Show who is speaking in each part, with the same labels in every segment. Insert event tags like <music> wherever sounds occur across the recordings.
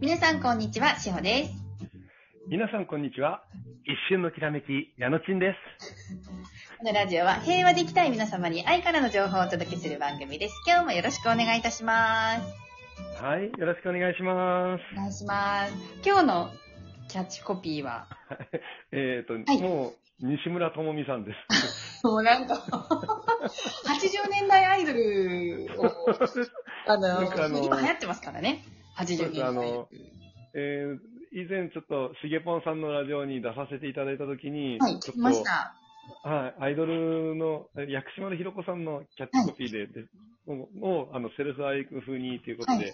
Speaker 1: 皆さん、こんにちは。しほです。
Speaker 2: 皆さん、こんにちは。一瞬のきらめき、矢野ちんです。
Speaker 1: このラジオは平和で生きたい皆様に愛からの情報をお届けする番組です。今日もよろしくお願いいたします。
Speaker 2: はい、よろしくお願いします。
Speaker 1: お願いします。今日のキャッチコピーは、
Speaker 2: えっ、と、
Speaker 1: い
Speaker 2: もう、西村智美さ
Speaker 1: <laughs>
Speaker 2: んです。
Speaker 1: もうなんか、80年代アイドルを、あの、
Speaker 2: なんかあの
Speaker 1: 今流行ってますからね。80年代。
Speaker 2: あのえー以前ちょっと、しげぽんさんのラジオに出させていただいたときに、
Speaker 1: はい、
Speaker 2: ち
Speaker 1: 聞
Speaker 2: ょ
Speaker 1: きまし
Speaker 2: っ
Speaker 1: た。
Speaker 2: と、はい、アイドルの、え薬師丸ひろ子さんのキャッチコピーで、でもうもうあの、セルフアイク風にということで、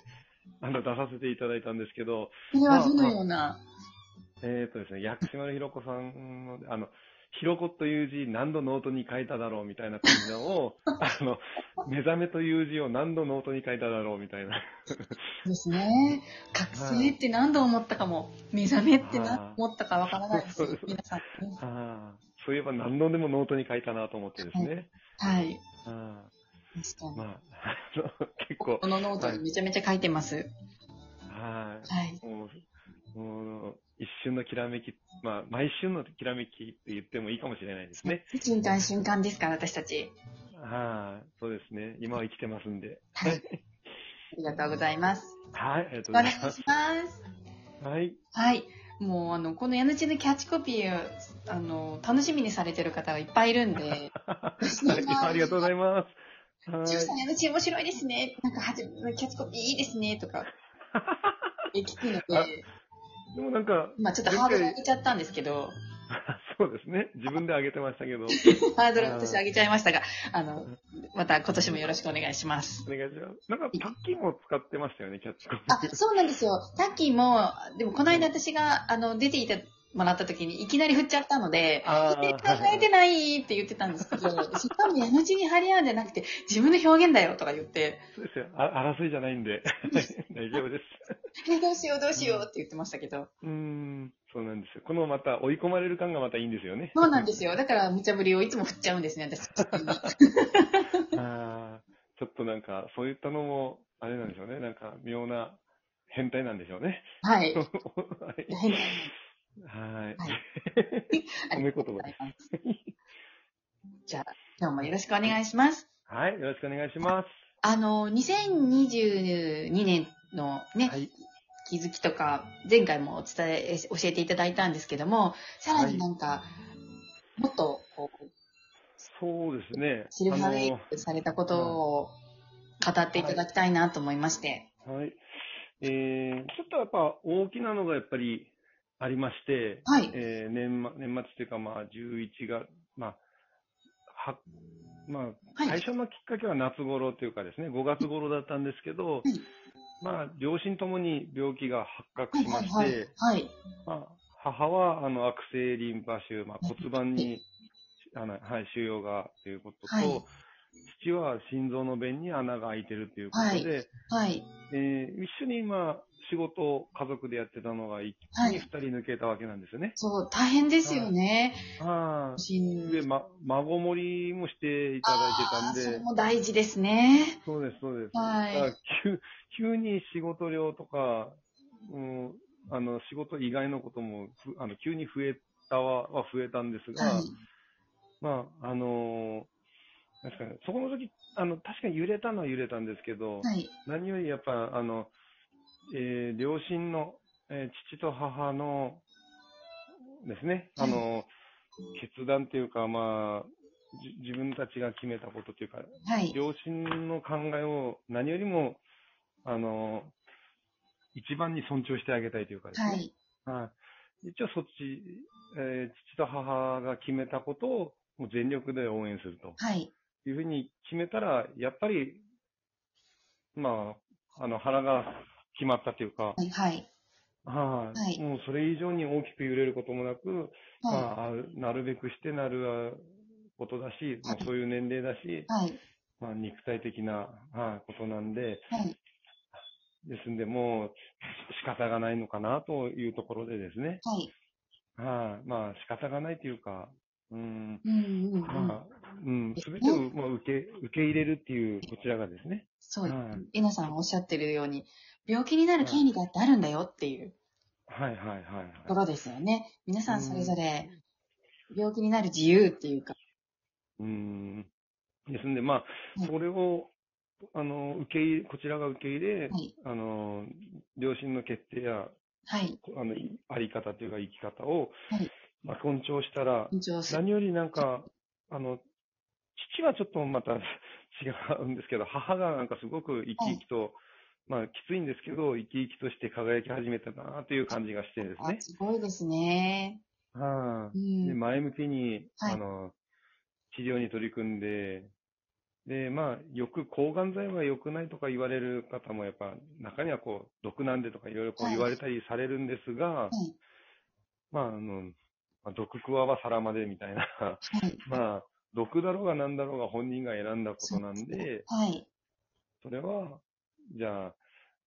Speaker 1: は
Speaker 2: あの、出させていただいたんですけど、
Speaker 1: それはどのような、
Speaker 2: えー、とですね、薬師丸ひろ子さんの、あの、ひろこという字何度ノートに書いただろうみたいな感じの
Speaker 1: <laughs>
Speaker 2: を、あの、目覚めという字を何度ノートに書いただろうみたいな。
Speaker 1: ですね。覚醒って何度思ったかも、目覚めって何度思ったかわからないです
Speaker 2: はい。
Speaker 1: 皆さんね。
Speaker 2: あーそういえば何度でもノートに書いたなと思ってですね。
Speaker 1: はい。
Speaker 2: あ
Speaker 1: 確か
Speaker 2: ー
Speaker 1: に。
Speaker 2: まあ、あの結構、
Speaker 1: このノートにめちゃめちゃ書いてます。
Speaker 2: は
Speaker 1: はい。
Speaker 2: い。もう、もう、一瞬のきらめき、まあ、毎瞬のきらめきって言ってもいいかもしれないですね。
Speaker 1: 瞬間瞬間ですから、私たち。
Speaker 2: はい。そうですね。今は生きてますんで。
Speaker 1: はい。ありがとうございます。
Speaker 2: はい、ありが
Speaker 1: お
Speaker 2: とうご
Speaker 1: 願
Speaker 2: ざ
Speaker 1: い
Speaker 2: い
Speaker 1: し
Speaker 2: ます。
Speaker 1: ます。
Speaker 2: はい。
Speaker 1: はい。もう、あの、この矢野ちのキャッチコピーを、あの、楽しみにされてる方がいっぱいいるん
Speaker 2: <laughs>
Speaker 1: で、 <laughs>
Speaker 2: はいありがとうございます。は
Speaker 1: ジュンさん、
Speaker 2: い。
Speaker 1: 矢野ち面白いですね。なんか、はじめ、キャッチコピーいいですね、とか。できるの
Speaker 2: あ
Speaker 1: で、
Speaker 2: でもなんか、 <laughs>
Speaker 1: まあちょっとハードル上げちゃったんですけど、 <laughs>
Speaker 2: そうですね。自分であげてましたけど、
Speaker 1: ハードル私上げちゃいましたが、あの、また今年もよろしくお願いします
Speaker 2: お。願いします。なんか、パッキンも使ってましたよね、キャッチコピ
Speaker 1: あ、そうなんですよ。タッキーも、でもこの間私が、あの、出ていてもらった時にいきなり振っちゃったので、
Speaker 2: あー
Speaker 1: 絶対考えてないって言ってたんですけ
Speaker 2: <laughs>
Speaker 1: ど、そこはもう矢の字に張り合うんじゃなくて、自分の表現だよとか言って、
Speaker 2: ー。そうですよ。あ争いじゃないんで、 <laughs> 大丈夫です。
Speaker 1: えどうしようどうしようって言ってましたけど、
Speaker 2: うーん、そうなんですよ。このまた、追い込まれる感がまたいいんですよ
Speaker 1: <laughs>
Speaker 2: ね。
Speaker 1: そうなんですよ。だから無茶ぶりをいつも振っちゃうんですね、私。
Speaker 2: あーちょっとなんか、そういったのも、あれなんでしょうね。なんか、妙な変態なんでしょうね。 <laughs>
Speaker 1: はい。
Speaker 2: は
Speaker 1: 変
Speaker 2: い。
Speaker 1: 態
Speaker 2: はい。
Speaker 1: あ
Speaker 2: 褒
Speaker 1: りが
Speaker 2: め
Speaker 1: <laughs>
Speaker 2: 言
Speaker 1: とうござ
Speaker 2: 葉。
Speaker 1: います。じゃあ、今日もよろしくお願いします。
Speaker 2: はい。よろしくお願いします。
Speaker 1: あの、2022年のね、
Speaker 2: はい。
Speaker 1: 気づきとか、前回もお伝え、え教えていただいたんですけども、さらになんか、もっと、こう、
Speaker 2: そうですね。
Speaker 1: シルバーウェイ
Speaker 2: あの
Speaker 1: プされたことを語っていただきたいなと思いまして。
Speaker 2: はい。えー、ちょっとやっぱ大きなのがやっぱりありまして、
Speaker 1: はい。
Speaker 2: えー、年末、年末というかまあ11月、まあ、は、まあ、
Speaker 1: は
Speaker 2: 最
Speaker 1: い。
Speaker 2: 初のきっかけは夏頃というかですね、5月頃だったんですけど
Speaker 1: うん、
Speaker 2: まあ、両親ともに病気が発覚
Speaker 1: はい
Speaker 2: しま
Speaker 1: はい
Speaker 2: して、
Speaker 1: はい。はい。
Speaker 2: まあ、母はあの悪性リンパ腫、まあ、骨盤に、あのはい、腫瘍がということと、
Speaker 1: はい
Speaker 2: 父は心臓の弁に穴が開いてるということで、
Speaker 1: はい。
Speaker 2: えー一緒に今、仕事を家族でやってたのが、一気
Speaker 1: はい
Speaker 2: に二人抜けたわけなんですよね。
Speaker 1: そう、大変ですよね。
Speaker 2: は
Speaker 1: しん
Speaker 2: い。で、ま、孫盛りもしていただい
Speaker 1: あー
Speaker 2: て
Speaker 1: そ
Speaker 2: た
Speaker 1: れ
Speaker 2: んで、
Speaker 1: も大事ですね。
Speaker 2: そうです、そうです。
Speaker 1: は
Speaker 2: だから
Speaker 1: い。
Speaker 2: 急急に仕事量とか、うん、あの、仕事以外のこともふ、あの、急に増えたは、は増えたんですが、
Speaker 1: はい。
Speaker 2: まあ、あのーなんですかね、そこの時、あの、確かに揺れたのは揺れたんですけど、
Speaker 1: はい。
Speaker 2: 何よりやっぱ、あの、えー両親の、えー父と母の、ですね、あの、決断というか、まあ、じ自分たちが決めたことというか、
Speaker 1: はい。
Speaker 2: 両親の考えを何よりも、あの、一番に尊重してあげたいというかですね。
Speaker 1: はい。
Speaker 2: はい。一応そっち、えー父と母が決めたことをもう全力で応援すると
Speaker 1: はい。
Speaker 2: いうふうに決めたら、やっぱり、まあ、あの腹が決まったという
Speaker 1: は
Speaker 2: か、
Speaker 1: い。はい。
Speaker 2: はい、
Speaker 1: はい
Speaker 2: もうそれ以上に大きく揺れることもなく、ま
Speaker 1: は
Speaker 2: あ、あなるべくしてなることだし、もうそういう年齢だし、
Speaker 1: い。
Speaker 2: まあ、肉体的な、はいことなんで、
Speaker 1: はい。
Speaker 2: ですんで、もう仕方がないのかなというところでですね。
Speaker 1: はい。
Speaker 2: はい、まあ仕方がないというか、うん、
Speaker 1: うんうんうん。
Speaker 2: まあ、うん、すべてを、まあ、受け、受け入れるっていう、こちらがですね。
Speaker 1: そう
Speaker 2: はい
Speaker 1: えなさんおっしゃってるように、病気になる権利だってあるんだよっていう
Speaker 2: はいはいはい
Speaker 1: こ
Speaker 2: はい。
Speaker 1: とですよね。皆さんそれぞれ病気になる自由っていうか、
Speaker 2: うん。ですんで、まあ
Speaker 1: うん、
Speaker 2: それを、あの、受け入れ、こちらが受け入れ、
Speaker 1: はい。
Speaker 2: あの、両親の決定や、
Speaker 1: はい。
Speaker 2: こあの、いあり方というか生き方を、
Speaker 1: はい
Speaker 2: まあ、尊重したら、
Speaker 1: 緊張する。
Speaker 2: 何よりなんか、あの、父はちょっとまた <laughs> 違うんですけど、母がなんかすごく生き生きと、まあ、きついんですけど、生き生きとして輝き始めたなという感じがしてです
Speaker 1: あ
Speaker 2: ね。
Speaker 1: すごいですね。
Speaker 2: は
Speaker 1: う
Speaker 2: い。で、
Speaker 1: ん。
Speaker 2: 前向きに、
Speaker 1: はい
Speaker 2: あの、治療に取り組んで、で、まあ、よく抗がん剤は良くないとか言われる方もやっぱ、中にはこう、毒なんでとかいろいろこう
Speaker 1: はい
Speaker 2: 言われたりされるんですが、
Speaker 1: い
Speaker 2: まあ、あの、まあ毒食わは皿までみたいな、
Speaker 1: <laughs> はい。
Speaker 2: まあ、毒だろうが何だろうが本人が選んだことなんで、
Speaker 1: はい。
Speaker 2: それは、じゃあ、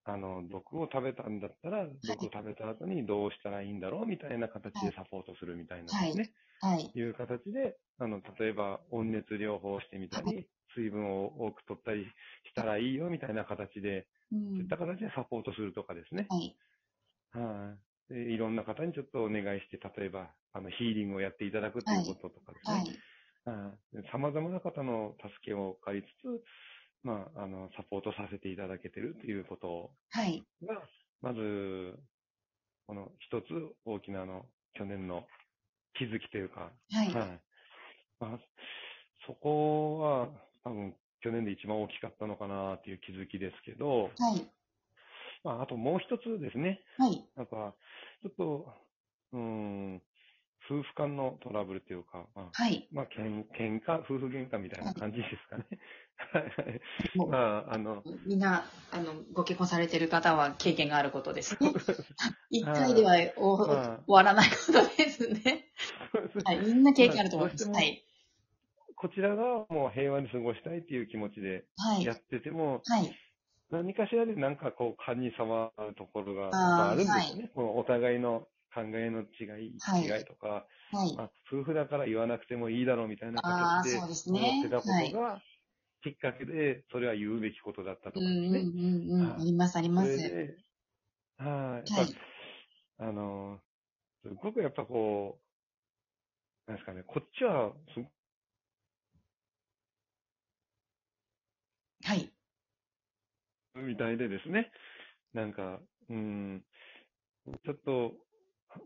Speaker 2: あの、毒を食べたんだったら、毒を食べた後にどうしたらいいんだろうみたいな形でサポートするみたいなですね。
Speaker 1: はい。
Speaker 2: いう形で、あの、例えば、温熱療法をしてみたり、水分を多く取ったりしたらいいよみたいな形で、
Speaker 1: う
Speaker 2: そうい
Speaker 1: ん
Speaker 2: った。形でサポートするとかですね。
Speaker 1: はい。
Speaker 2: はい。でいろんな方にちょっとお願いして、例えば、あの、ヒーリングをやっていただくということとかですね。
Speaker 1: はい。
Speaker 2: さまざまな方の助けを借りつつ、まあ、あの、サポートさせていただけてるということ
Speaker 1: はい。
Speaker 2: が、まず、この一つ大きなあの、去年の気づきというか、
Speaker 1: はい。
Speaker 2: はい。まあ、そこは、多分、去年で一番大きかったのかなっていう気づきですけど、
Speaker 1: はい。
Speaker 2: まあ、あともう一つですね。
Speaker 1: はい。
Speaker 2: なんか、ちょっと、うーん、夫婦間のトラブルというか、まあ、
Speaker 1: はい。
Speaker 2: まあ、けん喧嘩、夫婦喧嘩みたいな感じですかね。 <laughs>
Speaker 1: もう
Speaker 2: まあ、あの、 <laughs>
Speaker 1: みんな、あの、ご結婚されてる方は経験があることです
Speaker 2: <laughs>
Speaker 1: ね。一回ではお終
Speaker 2: まあ、
Speaker 1: わらないことですね。はい。みんな経験あると思います。
Speaker 2: まあどうし
Speaker 1: はい。
Speaker 2: てもこちらがもう平和に過ごしたいっていう気持ちで
Speaker 1: はい
Speaker 2: や。ってても、
Speaker 1: はい。
Speaker 2: 何かしらでなんかこう、勘に障るところがやっ
Speaker 1: あー
Speaker 2: ぱあるんですよね。このお互いの考えの違い、
Speaker 1: はい
Speaker 2: 違いとか、
Speaker 1: はい。
Speaker 2: まあ、夫婦だから言わなくてもいいだろうみたいな
Speaker 1: ああ、
Speaker 2: 形で
Speaker 1: そうです
Speaker 2: 思っ
Speaker 1: ね
Speaker 2: てた。こ
Speaker 1: はい
Speaker 2: と。が、きっかけで、それは言うべきことだった
Speaker 1: う
Speaker 2: とか
Speaker 1: んう
Speaker 2: ですね。
Speaker 1: んうんうん。
Speaker 2: はい
Speaker 1: あります、ありま
Speaker 2: それ
Speaker 1: す。
Speaker 2: で、はい、
Speaker 1: は
Speaker 2: やっ
Speaker 1: い
Speaker 2: ぱあの、すごくやっぱこう、なんですかね、こっちはすご、
Speaker 1: はい。
Speaker 2: みたいでですね、なんか、うん、ちょっと、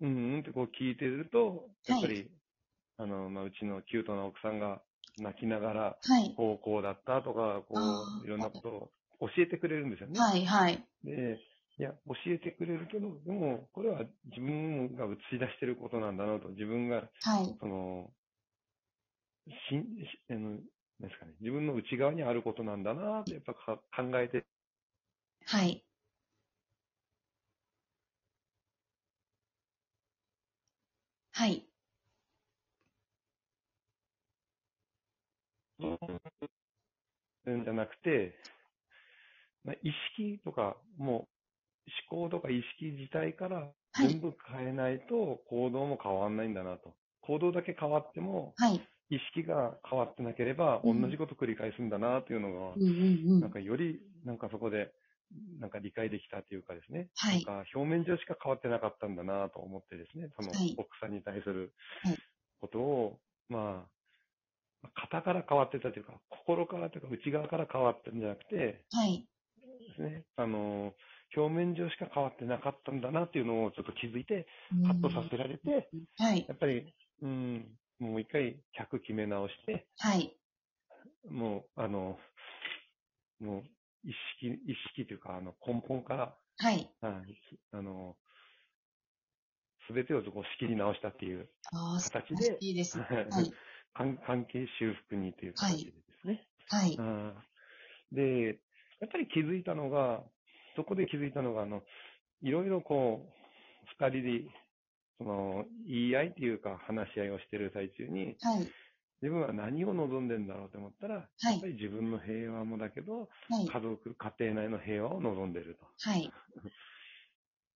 Speaker 2: うんうんってこう聞いてると、やっぱり、あの、まあ、うちのキュートな奥さんが泣きながら、
Speaker 1: はい。
Speaker 2: こう、こうだったとか、こ
Speaker 1: あー
Speaker 2: う、いろんなことを教えてくれるんですよね。
Speaker 1: はい、はい。
Speaker 2: で、いや、教えてくれるけど、でも、これは自分が映し出してることなんだなと、自分が、
Speaker 1: はい。
Speaker 2: その、しん、しあの、なんですかね、自分の内側にあることなんだなって、やっぱか考えて、
Speaker 1: はい。はい。
Speaker 2: うんじゃなくて、まあ、意識とか、もう、思考とか意識自体から
Speaker 1: はい
Speaker 2: 全部変えないと行動も変わんないんだなと。行動だけ変わっても、
Speaker 1: はい。
Speaker 2: 意識が変わってなければ、
Speaker 1: う
Speaker 2: 同
Speaker 1: ん
Speaker 2: じこと繰り返すんだなっていうのが、
Speaker 1: うんうんう
Speaker 2: なん
Speaker 1: ん。
Speaker 2: かより、なんかそこで、なんか理解できたっていうかですね。
Speaker 1: はい。
Speaker 2: なんか表面上しか変わってなかったんだなと思ってですね、その
Speaker 1: はい
Speaker 2: 奥さんに対する
Speaker 1: はい
Speaker 2: ことを、まあ、型から変わってたというか、心からというか、内側から変わったんじゃなくて、
Speaker 1: はい。
Speaker 2: ですね、あの、表面上しか変わってなかったんだなっていうのをちょっと気づいて、
Speaker 1: うん
Speaker 2: ハッとさせられて、
Speaker 1: はい。
Speaker 2: やっぱり、うん、もう一回100決め直して、
Speaker 1: はい。
Speaker 2: もう、あの、もう、意識、意識というか、あの、根本から
Speaker 1: はい。
Speaker 2: はい、あの、すべてをこう仕切り直したっていう、
Speaker 1: ああ、素晴
Speaker 2: 形
Speaker 1: ら
Speaker 2: で
Speaker 1: しいですね。はい。
Speaker 2: 関関係修復にという形でですね、
Speaker 1: はい。
Speaker 2: あーで、やっぱり気づいたのが、そこで気づいたのが、あの、いろいろこう、二人で、その、言い合いっていうか話し合いをしてる最中に、
Speaker 1: はい。
Speaker 2: 自分は何を望んでんだろうと思ったら、
Speaker 1: は
Speaker 2: やっ
Speaker 1: い
Speaker 2: ぱ。り自分の平和もだけど、
Speaker 1: はい。
Speaker 2: 家族、家庭内の平和を望んでると。
Speaker 1: はい。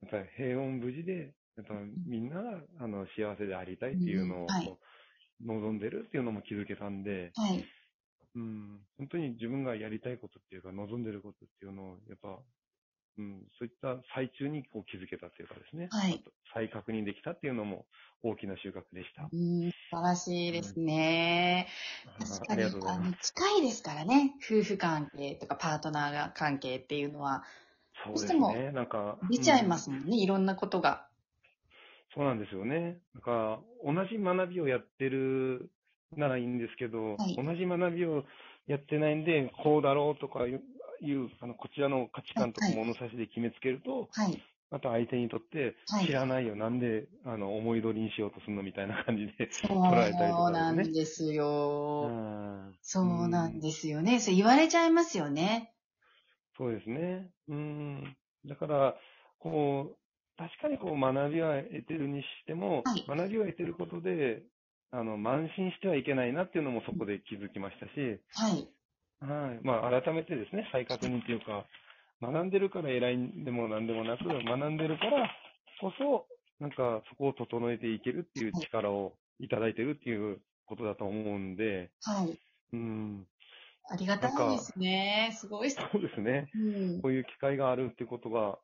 Speaker 2: やっぱり平穏無事で、やっぱみんながあの幸せでありたいっていうのを
Speaker 1: うんはい
Speaker 2: こう望んでるっていうのも気づけたんで、
Speaker 1: はい。
Speaker 2: うん、本当に自分がやりたいことっていうか望んでることっていうのをやっぱうん、そういった最中にこう気づけたというかですね、
Speaker 1: はい
Speaker 2: あと再確認できたっていうのも大きな収穫でした。
Speaker 1: うん、素晴らしいですね。確か
Speaker 2: あ
Speaker 1: に、
Speaker 2: りがとうござ
Speaker 1: あ
Speaker 2: います
Speaker 1: の、。近いですからね。夫婦関係とかパートナー関係っていうのは、
Speaker 2: そ
Speaker 1: う
Speaker 2: うで
Speaker 1: し
Speaker 2: す
Speaker 1: ても
Speaker 2: ね。なんか、
Speaker 1: 出ちゃい
Speaker 2: うん
Speaker 1: ますもんね。いろんなことが。
Speaker 2: そうなんですよね。なんか、同じ学びをやってるならいいんですけど、
Speaker 1: はい
Speaker 2: 同じ学びをやってないんで、こうだろうとかいう、いうあのこちらの価値観とか
Speaker 1: はい
Speaker 2: 物差しで決めつけると、
Speaker 1: はい。
Speaker 2: また相手にとって、
Speaker 1: はい
Speaker 2: 知らないよ、なんであの思い通りにしようとするのみたいな感じ
Speaker 1: <laughs>
Speaker 2: で。
Speaker 1: そ
Speaker 2: らえたりとかです
Speaker 1: うなん
Speaker 2: ね
Speaker 1: です
Speaker 2: う
Speaker 1: よ。
Speaker 2: ん
Speaker 1: そうなんですよね。そう言われちゃいますよね。
Speaker 2: <laughs> そうですね。うん。だから、こう、確かにこう学びは得てるにしても、
Speaker 1: はい
Speaker 2: 学びを得てることで、あの、慢心してはいけないなっていうのもそこで気づきましたし、
Speaker 1: はい。
Speaker 2: はい。まあ、改めてですね、再確認というか、学んでるから偉いんでもなんでもなく、学んでるからこそ、なんかそこを整えていけるっていう力をいただいてるっていうことだと思うんで、
Speaker 1: はい。
Speaker 2: うん。
Speaker 1: ありがたいですね。すごいっす。
Speaker 2: そうですね。
Speaker 1: うん。
Speaker 2: こういう機会があるってことが、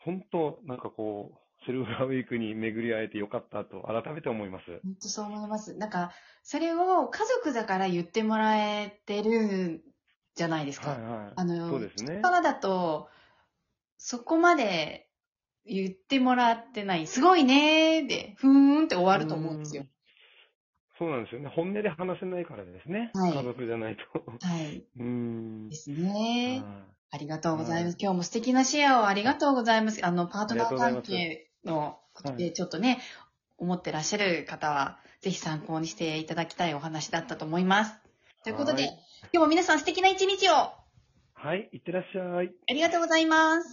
Speaker 2: 本当、なんかこう、セルフラウィークに巡り会えてよかったと改めて思います。
Speaker 1: 本当そう思います。なんか、それを家族だから言ってもらえてるじゃないですか。
Speaker 2: はいはい。
Speaker 1: あの
Speaker 2: そうですね。
Speaker 1: からだと、そこまで言ってもらってない。すごいねーで、ふーんって終わると思うんですよ
Speaker 2: う。そうなんですよね。本音で話せないからですね。
Speaker 1: はい
Speaker 2: 家族じゃないと。
Speaker 1: はい。
Speaker 2: うん
Speaker 1: で。すね。
Speaker 2: はい
Speaker 1: ありがとうございま
Speaker 2: は
Speaker 1: す。今日も素敵なシェアをありがとうございます。あの、パートナ
Speaker 2: あり
Speaker 1: ー
Speaker 2: が
Speaker 1: 関
Speaker 2: とうござい
Speaker 1: 係のこと
Speaker 2: は
Speaker 1: でちょっとね、思ってらっしゃる方は、ぜひ参考にしていただきたいお話だったと思います。ということで、
Speaker 2: はい
Speaker 1: 今日も皆さん素敵な一日をあ
Speaker 2: はい、いってらっしゃい。
Speaker 1: りがとうございます。